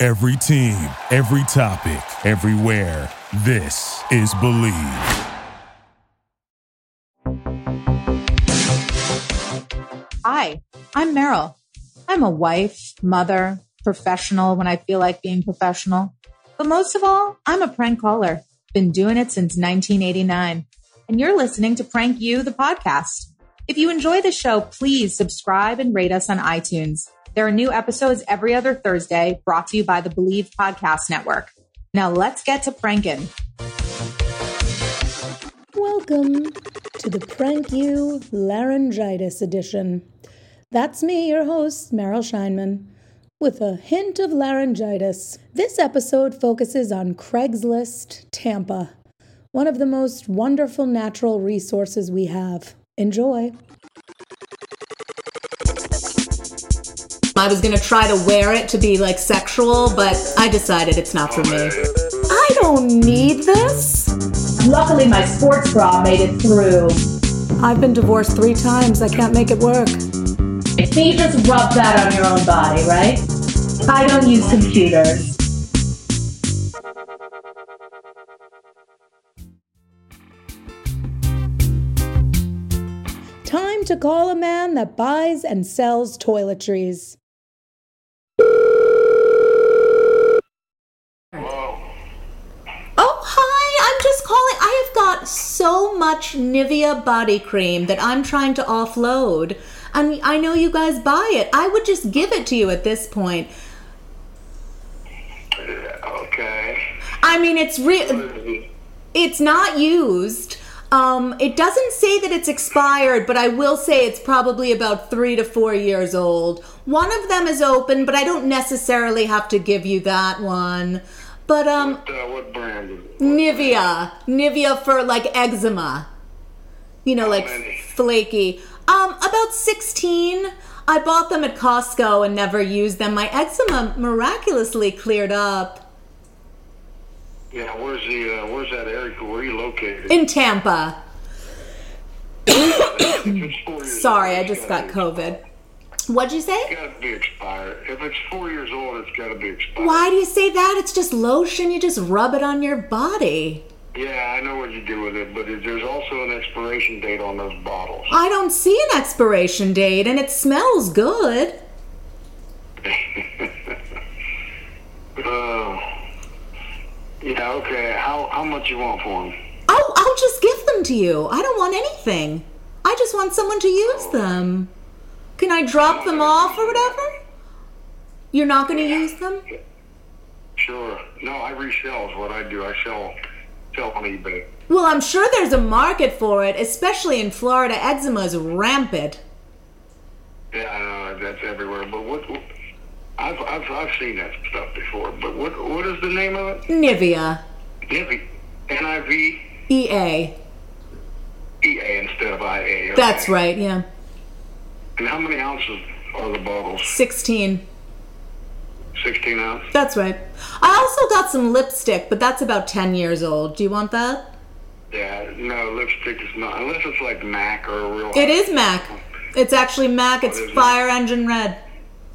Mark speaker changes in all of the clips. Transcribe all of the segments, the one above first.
Speaker 1: Every team, every topic, everywhere. This is Believe.
Speaker 2: Hi, I'm Meryl. I'm a wife, mother, professional when I feel like being professional. But most of all, I'm a prank caller. Been doing it since 1989. And you're listening to Prank You, the podcast. If you enjoy the show, please subscribe and rate us on iTunes. There are new episodes every other Thursday brought to you by the Believe Podcast Network. Now let's get to pranking.
Speaker 3: Welcome to the Prank You Laryngitis Edition. That's me, your host, Meryl Scheinman, with a hint of laryngitis. This episode focuses on Craigslist Tampa, one of the most wonderful natural resources we have. Enjoy.
Speaker 4: I was gonna try to wear it to be like sexual, but I decided it's not for me. I don't need this.
Speaker 2: Luckily, my sports bra made it through.
Speaker 3: I've been divorced three times, I can't make it work.
Speaker 2: So you just rub that on your own body, right? I don't use computers.
Speaker 3: Time to call a man that buys and sells toiletries.
Speaker 4: Oh, hi! I'm just calling. I have got so much Nivea body cream that I'm trying to offload. And I know you guys buy it. I would just give it to you at this point.
Speaker 5: Okay. Uh,
Speaker 4: I mean, it's re- it's not used. Um, it doesn't say that it's expired, but I will say it's probably about three to four years old. One of them is open, but I don't necessarily have to give you that one. But um,
Speaker 5: Uh, what brand is it?
Speaker 4: Nivea, Nivea for like eczema, you know, like
Speaker 5: many?
Speaker 4: flaky. Um, about sixteen. I bought them at Costco and never used them. My eczema miraculously cleared up.
Speaker 5: Yeah, where's the uh, where's that area? Where are you located?
Speaker 4: In Tampa.
Speaker 5: If it's four years
Speaker 4: Sorry,
Speaker 5: old,
Speaker 4: I
Speaker 5: it's
Speaker 4: just
Speaker 5: gotta
Speaker 4: got
Speaker 5: be-
Speaker 4: COVID. What'd you say?
Speaker 5: It's gotta be expired. If it's four years old, it's gotta be expired.
Speaker 4: Why do you say that? It's just lotion. You just rub it on your body.
Speaker 5: Yeah, I know what you do with it, but it, there's also an expiration date on those bottles.
Speaker 4: I don't see an expiration date and it smells good.
Speaker 5: Uh, yeah, okay. How how much you want for them?
Speaker 4: Oh, I'll just give them to you. I don't want anything. I just want someone to use them. Can I drop them off or whatever? You're not going to use them?
Speaker 5: Sure. No, I resell is what I do. I sell sell on eBay.
Speaker 4: Well, I'm sure there's a market for it, especially in Florida. Eczema is rampant.
Speaker 5: Yeah, I know that's everywhere. But what, what I've, I've I've seen that stuff before. But what what is the name of it?
Speaker 4: Nivea, E
Speaker 5: Nivea.
Speaker 4: EA.
Speaker 5: N-I-V-E-A E instead of I-A. okay.
Speaker 4: That's right, yeah.
Speaker 5: And how many ounces are the bottles?
Speaker 4: 16.
Speaker 5: 16 ounces?
Speaker 4: That's right. I also got some lipstick, but that's about 10 years old. Do you want that?
Speaker 5: Yeah, no, lipstick is not. Unless it's like MAC or a real...
Speaker 4: It is MAC. It's actually MAC. It's
Speaker 5: is it?
Speaker 4: Fire Engine Red.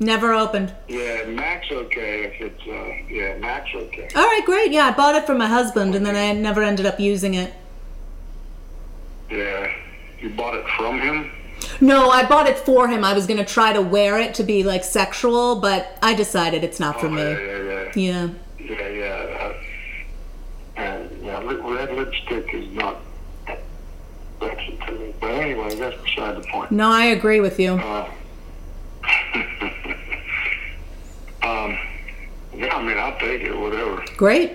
Speaker 4: Never opened.
Speaker 5: Yeah, MAC's okay if it's... Uh, yeah, MAC's okay.
Speaker 4: All right, great. Yeah, I bought it for my husband and then I never ended up using it.
Speaker 5: Yeah. You bought it from him?
Speaker 4: No, I bought it for him. I was going to try to wear it to be like sexual, but I decided it's not for
Speaker 5: Yeah,
Speaker 4: me.
Speaker 5: yeah, yeah.
Speaker 4: Yeah.
Speaker 5: Yeah, yeah. Uh, uh, yeah, li- red lipstick is not... sexy to me. But anyway, that's beside the point.
Speaker 4: No, I agree with you.
Speaker 5: Um, yeah, I mean, I'll take it, whatever.
Speaker 4: Great.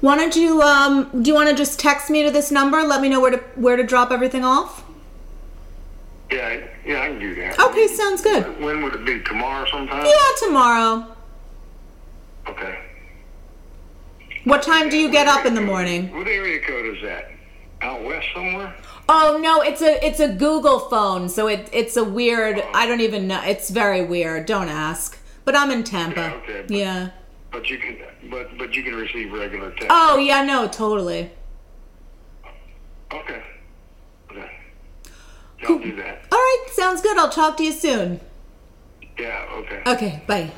Speaker 4: Why don't you um do you want to just text me to this number? Let me know where to where to drop everything off?
Speaker 5: Yeah, yeah, I can do that.
Speaker 4: Okay, sounds good.
Speaker 5: When would it be? Tomorrow sometime?
Speaker 4: Yeah, tomorrow.
Speaker 5: Okay.
Speaker 4: What time do you get up in the morning?
Speaker 6: What area code is that? Out west somewhere?
Speaker 4: Oh no, it's a it's a Google phone, so it it's a weird. I don't even know. It's very weird. Don't ask. But I'm in
Speaker 6: Yeah,
Speaker 4: Tampa.
Speaker 6: okay, but-
Speaker 4: Yeah.
Speaker 6: But you can, but but you can receive regular text.
Speaker 4: Oh yeah, no, totally.
Speaker 6: Okay. Okay. Y'all do that.
Speaker 4: All right, sounds good. I'll talk to you soon.
Speaker 6: Yeah. Okay.
Speaker 4: Okay, bye.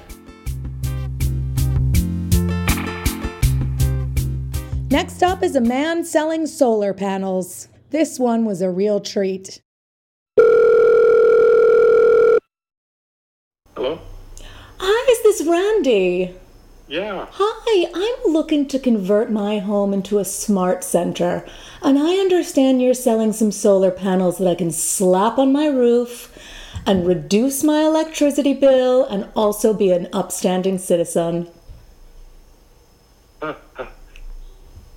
Speaker 5: Next up is a man selling solar panels. This one was a real treat.
Speaker 6: Hello.
Speaker 5: Hi, is this Randy?
Speaker 6: Yeah.
Speaker 5: Hi, I'm looking to convert my home into a smart center, and I understand you're selling some solar panels that I can slap on my roof and reduce my electricity bill and also be an upstanding citizen.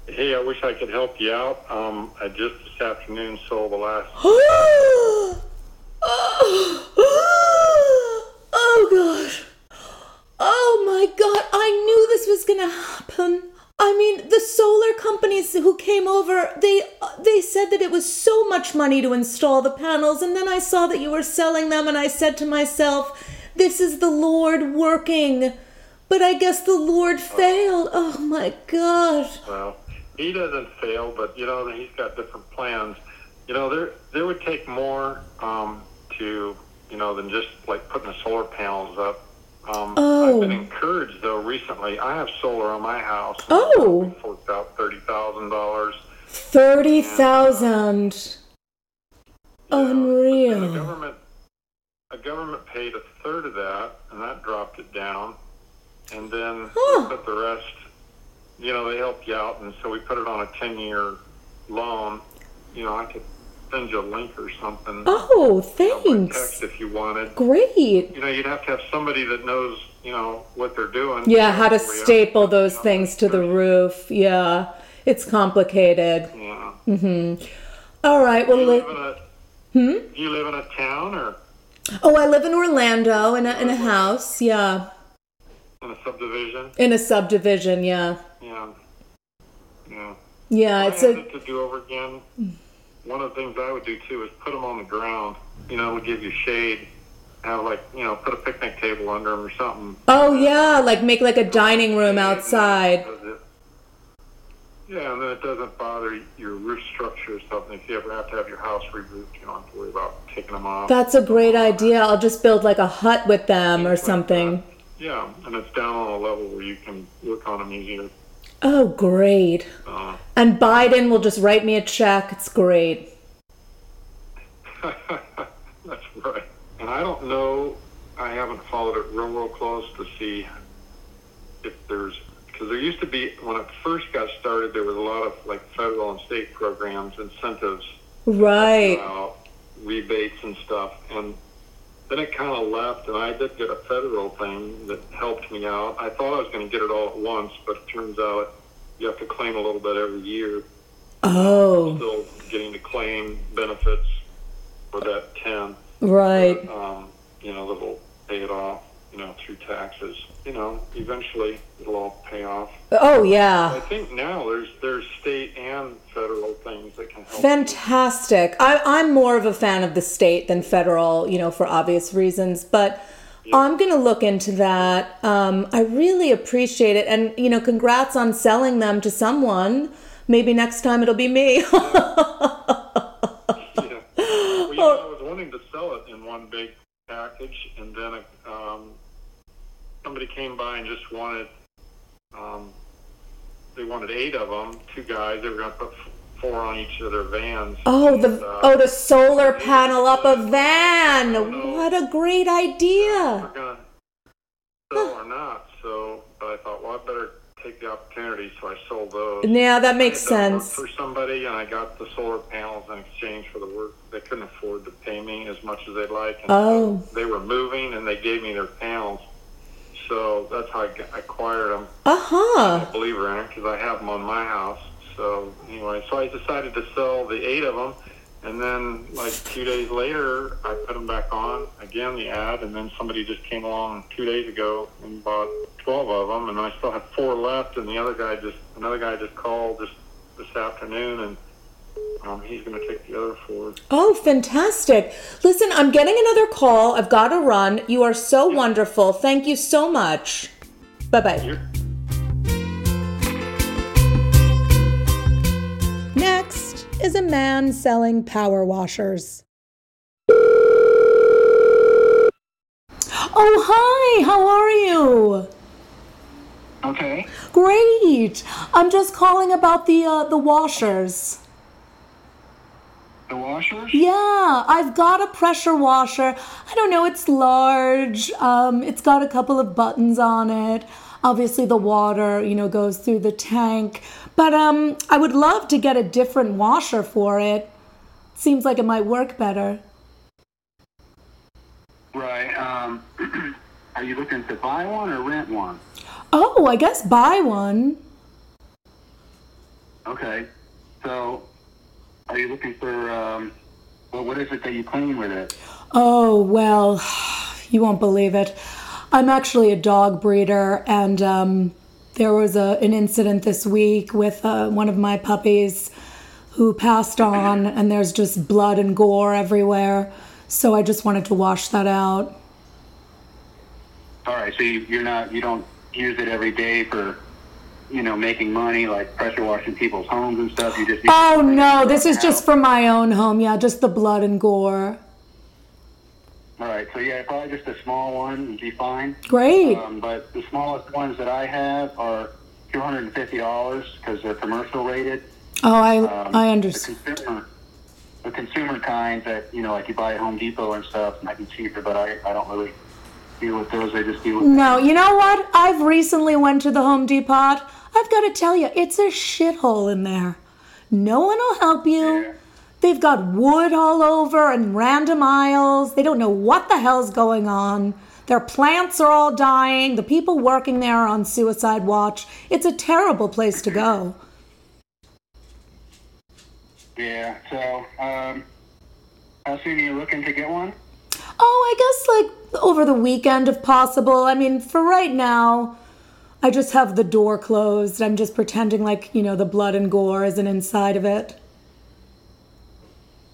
Speaker 6: Hey, I wish I could help you out. Um, I just this afternoon sold the last.
Speaker 5: oh, oh gosh.
Speaker 4: Oh my god, I knew this was gonna happen. I mean, the solar companies who came over, they they said that it was so much money to install the panels, and then I saw that you were selling them, and I said to myself, "This is the Lord working." But I guess the Lord failed. Oh my god.
Speaker 6: Well, uh, he doesn't fail, but you know he's got different plans. You know there there would take more um, to you know than just like putting the solar panels up. Um, I've been encouraged though recently. I have solar on my house.
Speaker 5: Oh.
Speaker 6: It forked out thirty thousand dollars.
Speaker 5: 30,000.
Speaker 6: The
Speaker 5: Unreal.
Speaker 6: government the government paid a third of that, and that dropped it down. And then
Speaker 4: Huh.
Speaker 6: we put the rest. You know they helped you out, and so we put it on a ten year loan. You know I could send you a link or something.
Speaker 5: Oh,
Speaker 6: Or
Speaker 5: thanks.
Speaker 6: Text if you wanted.
Speaker 5: Great.
Speaker 6: You know, you'd have to have somebody that knows, you know, what they're doing.
Speaker 4: Yeah, how to
Speaker 6: We have-
Speaker 4: staple those
Speaker 6: you know,
Speaker 4: things to the roof. Yeah. It's complicated.
Speaker 6: Yeah.
Speaker 4: All right, well,
Speaker 6: Do you
Speaker 4: let-
Speaker 6: live in a?
Speaker 4: Hmm?
Speaker 6: Do you live in a town or
Speaker 4: Oh, I live in Orlando in a, in a house, yeah.
Speaker 6: in a subdivision?
Speaker 4: In a subdivision, yeah.
Speaker 6: Yeah. Yeah.
Speaker 4: Yeah,
Speaker 6: I
Speaker 4: it's
Speaker 6: had
Speaker 4: a.
Speaker 6: it to do over again. One of the things I would do too is put them on the ground. You know, it'll give you shade. Have like you know, put a picnic table under them or something.
Speaker 4: Oh, yeah, like make like a dining room outside.
Speaker 6: Yeah, and then it doesn't bother your roof structure or something. If you ever have to have your house re-roofed, you don't have to worry about taking them off.
Speaker 4: That's a great idea. I'll just build like a hut with them or something.
Speaker 6: yeah, and it's down on a level where you can look on them easier.
Speaker 4: Oh, great.
Speaker 6: Uh,
Speaker 4: And Biden will just write me a check. It's great.
Speaker 6: That's right. And I don't know. I haven't followed it real, real close to see if there's because there used to be when it first got started. There was a lot of like federal and state programs, incentives,
Speaker 4: Right.
Speaker 6: uh, rebates, and stuff. And then it kind of left. And I did get a federal thing that helped me out. I thought I was going to get it all at once, but it turns out you have to claim a little bit every year
Speaker 4: Oh,
Speaker 6: still getting to claim benefits for that 10.
Speaker 4: right.
Speaker 6: Um, you know, that'll pay it off, you know, through taxes. You know, eventually it'll all pay off.
Speaker 4: Oh,
Speaker 6: I
Speaker 4: yeah.
Speaker 6: think now there's there's state and federal things that can help.
Speaker 4: Fantastic. I, I'm more of a fan of the state than federal, you know, for obvious reasons, but I'm going to look into that. Um, I really appreciate it. And, you know, congrats on selling them to someone. Maybe next time it'll be me.
Speaker 6: yeah. Well, you know, I was wanting to sell it in one big package, and then um, somebody came by and just wanted um, they wanted eight of them, two guys. They were going to put f- four on each of their vans.
Speaker 4: oh,
Speaker 6: And,
Speaker 4: the
Speaker 6: uh,
Speaker 4: oh, the solar panel up a van.
Speaker 6: know.
Speaker 4: What a great
Speaker 6: we're
Speaker 4: idea.
Speaker 6: gonna sell or not. So, but I thought, well, I better take the opportunity. So I sold those.
Speaker 4: Yeah, that makes
Speaker 6: I did
Speaker 4: sense.
Speaker 6: Work for somebody, and I got the solar panels in exchange for the work. They couldn't afford to pay me as much as they'd like. And
Speaker 4: Oh.
Speaker 6: They were moving, and they gave me their panels. So that's how I g- acquired them.
Speaker 4: Uh huh.
Speaker 6: A believer in it because I have them on my house. So anyway, so I decided to sell the eight of them, And then, like two days later, I put them back on again, the ad, and then somebody just came along two days ago and bought 12 of them, and I still have four left. And the other guy just another guy just called just this afternoon, and um, he's going to take the other four.
Speaker 4: Oh, fantastic. Listen, I'm getting another call. I've got to run. You are so wonderful. Thank you so much. Bye bye.
Speaker 6: You're,
Speaker 5: Next is a man selling power washers.
Speaker 4: Oh, hi. How are you?
Speaker 7: Okay.
Speaker 4: Great. I'm just calling about the uh, the washers.
Speaker 7: The washers?
Speaker 4: Yeah, I've got a pressure washer. I don't know, it's large. Um, it's got a couple of buttons on it. Obviously, the water, you know, goes through the tank. But um, I would love to get a different washer for it. Seems like it might work better.
Speaker 7: Right. Um, are you looking to buy one or rent one?
Speaker 4: Oh, I guess buy one.
Speaker 7: Okay. So, are you looking for, um, well, what is it that you clean with it?
Speaker 4: Oh, well, you won't believe it. I'm actually a dog breeder, and um, there was a, an incident this week with uh, one of my puppies who passed on, and there's just blood and gore everywhere. So I just wanted to wash that out.
Speaker 7: All right. So you, you're not, you don't use it every day for, you know, making money like pressure washing people's homes and stuff. You just.
Speaker 4: Oh, no, this is just for my own home. Yeah, just the blood and gore.
Speaker 7: All right. So yeah, probably just a small one would be fine.
Speaker 4: Great. Oh,
Speaker 7: Um, but the smallest ones that I have are two hundred and fifty dollars because they're commercial rated.
Speaker 4: Oh, I,
Speaker 7: Um,
Speaker 4: I understand.
Speaker 7: The consumer, the consumer kind that you know, like you buy at Home Depot and stuff, might be cheaper, but I, I don't really deal with those. I just deal with
Speaker 4: No, you know what? I've recently went to the Home Depot. I've got to tell you, it's a shithole in there. No one will help you. They've got wood all over and random aisles. They don't know what the hell's going on. Their plants are all dying. The people working there are on suicide watch. It's a terrible place to go.
Speaker 7: yeah. So um, how soon are you looking to get one?
Speaker 4: Oh, I guess like over the weekend if possible. I mean, for right now, I just have the door closed. I'm just pretending like, you know, the blood and gore isn't inside of it.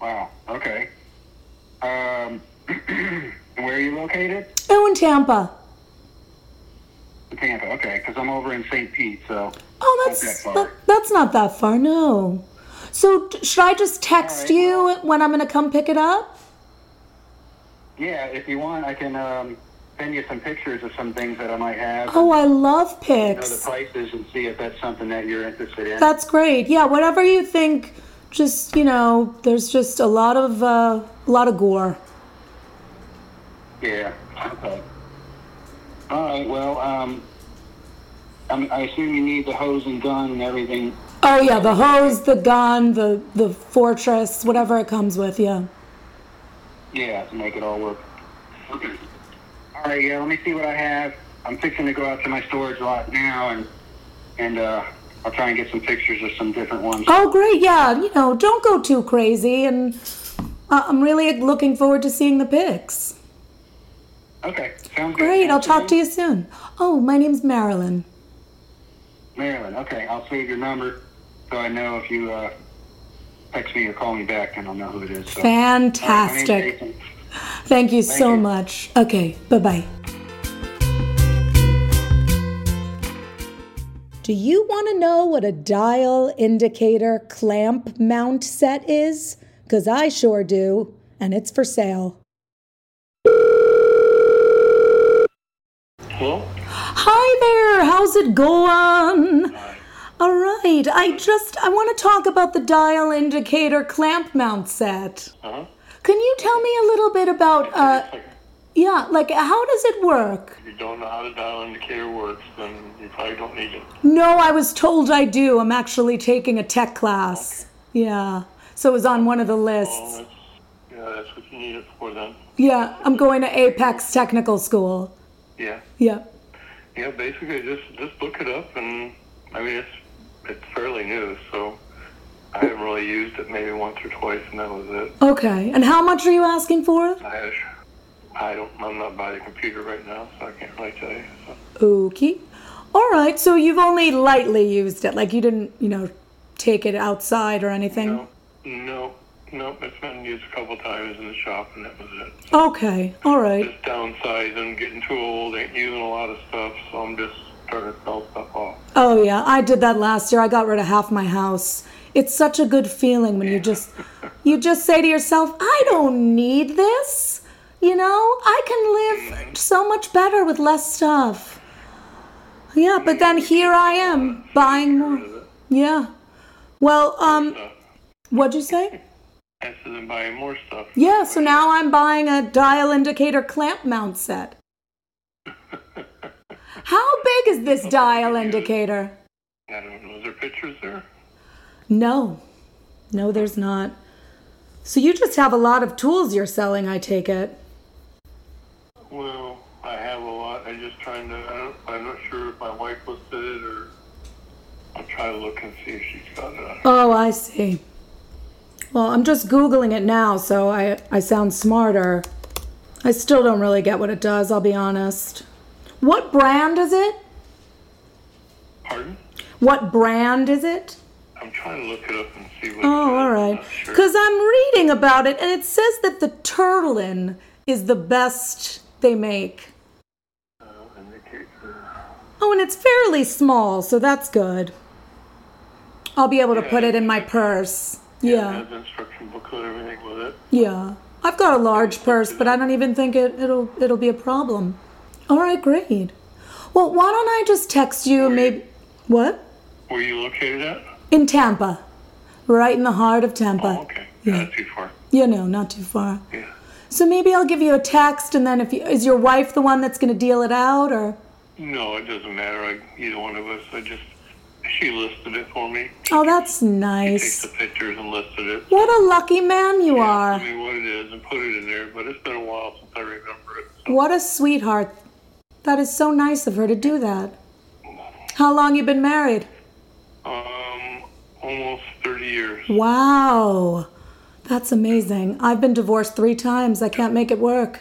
Speaker 7: Wow. Okay. Um, where are you located?
Speaker 4: Oh, in Tampa.
Speaker 7: Tampa. Okay, because I'm over in St. Pete, so.
Speaker 4: Oh,
Speaker 7: Not
Speaker 4: that's
Speaker 7: that far.
Speaker 4: that, that's not that far, no. So t- should I just text you when I'm gonna come pick it up?
Speaker 7: Yeah, if you want, I can um, send you some pictures of some things that I might have.
Speaker 4: Oh, I love
Speaker 7: know the
Speaker 4: pics.
Speaker 7: prices and see if that's something that you're interested in.
Speaker 4: That's great. Yeah, whatever you think. Just you know, there's just a lot of uh, a lot of gore.
Speaker 7: yeah. Okay. All right. Well, um, I'm, I assume you need the hose and gun and everything.
Speaker 4: Oh yeah, the hose, the gun, the the fortress, whatever it comes with. Yeah.
Speaker 7: Yeah, to make it all work. Okay. All right. Yeah. Let me see what I have. I'm fixing to go out to my storage lot now, and and uh, I'll try and get some pictures of some different ones.
Speaker 4: Oh great, yeah. You know, don't go too crazy, and uh, I'm really looking forward to seeing the pics.
Speaker 7: Okay. Sounds good.
Speaker 4: Great, I'll
Speaker 7: Thanks,
Speaker 4: talk to
Speaker 7: Marilyn.
Speaker 4: you soon. Oh, my name's Marilyn.
Speaker 7: Marilyn. Okay. I'll save your number so I know if you uh, text me or call me back, and I'll know who it is. So. All right, my name's
Speaker 4: Fantastic.
Speaker 7: Jason.
Speaker 4: Thank you so
Speaker 7: you.
Speaker 4: much. Okay, bye bye.
Speaker 5: Do you want to know what a dial indicator clamp mount set is? Because I sure do, and it's for sale.
Speaker 7: Well,
Speaker 4: Hi there, how's it going? All right, I just I want to talk about the dial indicator clamp mount set.
Speaker 6: uh-huh.
Speaker 4: Can you tell me a little bit about uh yeah, like how does it work?
Speaker 6: If you don't know how the dial indicator works, then you probably don't need it.
Speaker 4: No, I was told I do. I'm actually taking a tech class. Yeah. So it was on one of the
Speaker 6: Well,
Speaker 4: lists.
Speaker 6: that's, yeah, that's what you need it for then.
Speaker 4: Yeah, I'm going to Apex Technical School.
Speaker 6: Yeah.
Speaker 4: Yeah.
Speaker 6: Yeah, basically just just look it up and I mean it's it's fairly new, so
Speaker 5: I really used it maybe once or twice, and that was it.
Speaker 4: Okay. And how much are you asking for it?
Speaker 5: I, I don't. I'm not by the computer right now, so I can't really tell you. So.
Speaker 4: Okay. All right. So you've only lightly used it. Like you didn't, you know, take it outside or anything.
Speaker 5: No, no, no. It's been used a couple times in the shop, and that was it.
Speaker 4: Okay. All right.
Speaker 5: Just downsizing, getting too old, ain't using a lot of stuff, so I'm just starting to sell stuff off.
Speaker 4: Oh yeah, I did that last year. I got rid of half my house. It's such a good feeling when you just you just say to yourself, I don't need this. You know, I can live so much better with less stuff. Yeah, but then here I am buying more. Yeah. Well, um
Speaker 5: So
Speaker 4: what'd you say?
Speaker 5: I said, then buying more stuff.
Speaker 4: Yeah, so now I'm buying a dial indicator clamp mount set. How big is this dial indicator?
Speaker 5: I don't know. Is there pictures there?
Speaker 4: No, no, there's not. So you just have a lot of tools you're selling, I take it.
Speaker 5: Well, I have a lot. I'm just trying to. I don't, I'm not sure if my wife listed it or. I'll try to look and see if she's got it. on her.
Speaker 4: Oh, I see. Well, I'm just Googling it now, so I, I sound smarter. I still don't really get what it does, I'll be honest. What brand is it?
Speaker 5: Pardon?
Speaker 4: What brand is it?
Speaker 5: I'm trying to look it up and see what.
Speaker 4: Oh, all right. Because I'm reading about it, and it says that the Turlin is the best they make. Oh, and it's fairly small, so that's good. I'll be able to put it in my purse. Yeah,
Speaker 5: Has an instruction booklet and everything with it.
Speaker 4: yeah. I've got a large purse, but I don't even think it, it'll it'll be a problem. All right, great. Well, why don't I just text you? Maybe what
Speaker 5: Where you located at?
Speaker 4: in Tampa, right in the heart of Tampa.
Speaker 5: Oh, okay. Yeah. Not too far.
Speaker 4: You know, not too far.
Speaker 5: Yeah.
Speaker 4: So maybe I'll give you a text, and then if you, is your wife the one that's going to deal it out, or
Speaker 5: No, it doesn't matter. I, either one of us. I just she listed it for me.
Speaker 4: oh, that's
Speaker 5: Takes
Speaker 4: nice.
Speaker 5: the pictures and listed it.
Speaker 4: What a lucky man you
Speaker 5: I
Speaker 4: are.
Speaker 5: mean, what it is and put it in there. But it's been a while since I remember it. So
Speaker 4: What a sweetheart. That is so nice of her to do that. How long you been married?
Speaker 5: Um, almost 30 years.
Speaker 4: Wow. That's amazing. I've been divorced 3 times. I can't make it work.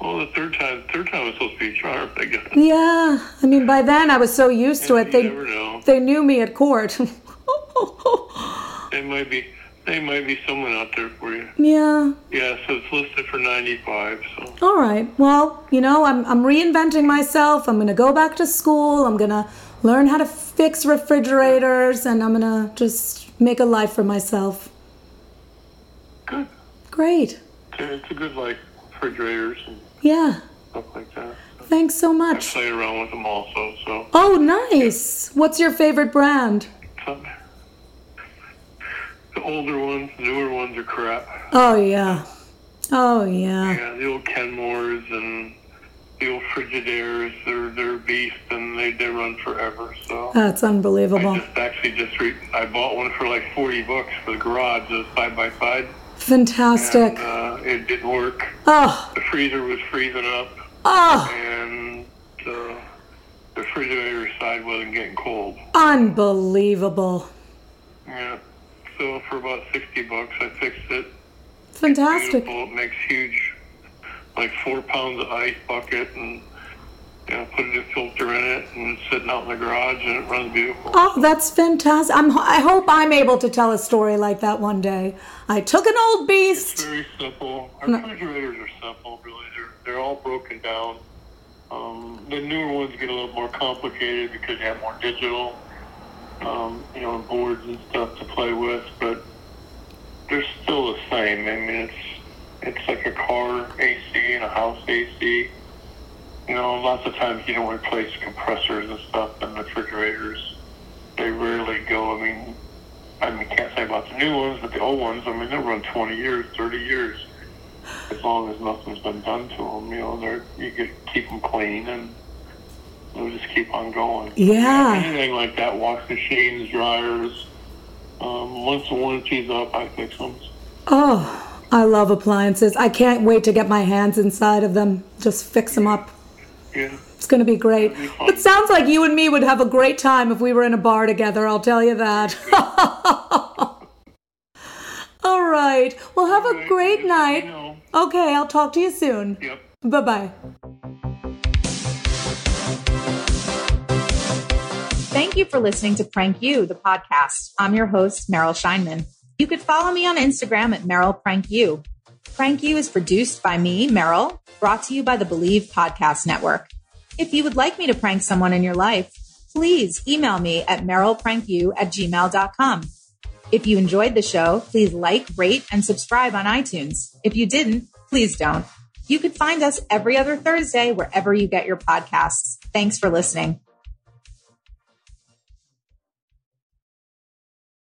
Speaker 5: Well, the third time, third time was supposed to be a charm. I guess.
Speaker 4: Yeah. I mean, by then I was so used to it.
Speaker 5: You
Speaker 4: They
Speaker 5: never know.
Speaker 4: they knew me at court.
Speaker 5: They might be. They might be someone out there for you.
Speaker 4: yeah.
Speaker 5: Yeah. So it's listed for 95. So
Speaker 4: All right. Well, you know, I'm, I'm reinventing myself. I'm going to go back to school. I'm going to learn how to fix refrigerators and I'm going to just make a life for myself.
Speaker 5: good.
Speaker 4: Great.
Speaker 5: It's a good like refrigerators and
Speaker 4: Yeah.
Speaker 5: stuff like that.
Speaker 4: Thanks so much.
Speaker 5: Play around with them also. So.
Speaker 4: Oh, nice. What's your favorite brand?
Speaker 5: Some- The older ones, the newer ones are crap.
Speaker 4: Oh, yeah. Oh, yeah.
Speaker 5: Yeah, the old Kenmores and the old Frigidaires, they're they're beast and they they run forever. So
Speaker 4: That's
Speaker 5: I
Speaker 4: unbelievable.
Speaker 5: just actually just re- I bought one for like forty bucks for the garage, a side by side, and
Speaker 4: Fantastic.
Speaker 5: uh, it didn't work.
Speaker 4: Oh,
Speaker 5: The freezer was freezing up,
Speaker 4: oh,
Speaker 5: and uh, the refrigerator side wasn't getting cold.
Speaker 4: unbelievable.
Speaker 5: Yeah, so for about sixty bucks, I fixed it.
Speaker 4: Fantastic.
Speaker 5: beautiful. It makes huge, like four pounds of ice bucket, and you know, put a new filter in it, and it's sitting out in the garage, and it runs beautiful.
Speaker 4: Oh, that's fantastic. I'm, I hope I'm able to tell a story like that one day. I took an old
Speaker 5: It's
Speaker 4: beast.
Speaker 5: very simple. Our refrigerators are simple, really. They're they're all broken down. Um, the newer ones get a little more complicated because they have more digital, um, you know, boards and stuff to play with, but they're still the same. I mean, it's it's like a car AC and a house AC. You know, lots of times you don't replace compressors and stuff in refrigerators. They rarely go. I mean, I mean, can't say about the new ones, but the old ones. I mean, they'll run 20 years, 30 years, as long as nothing's been done to them. You know, they're you could keep them clean and they'll just keep on going.
Speaker 4: Yeah.
Speaker 5: Anything like that, wash machines, dryers. Um, once the warranty's up, I fix them.
Speaker 4: Oh, I love appliances. I can't wait to get my hands inside of them. Just fix them up.
Speaker 5: Yeah.
Speaker 4: It's going to be great. It sounds like you and me would have a great time if we were in a bar together, I'll tell you that. All right. Well, have a great night. Okay, I'll talk to you soon.
Speaker 7: Yep.
Speaker 4: Bye bye.
Speaker 2: Thank you for listening to Prank You, the podcast. I'm your host, Meryl Scheinman. You could follow me on Instagram at Meryl Prank You. Prank You is produced by me, Meryl, brought to you by the Believe Podcast Network. If you would like me to prank someone in your life, please email me at merylprankyou at gmail.com. If you enjoyed the show, please like, rate, and subscribe on iTunes. If you didn't, please don't. You could find us every other Thursday wherever you get your podcasts. Thanks for listening.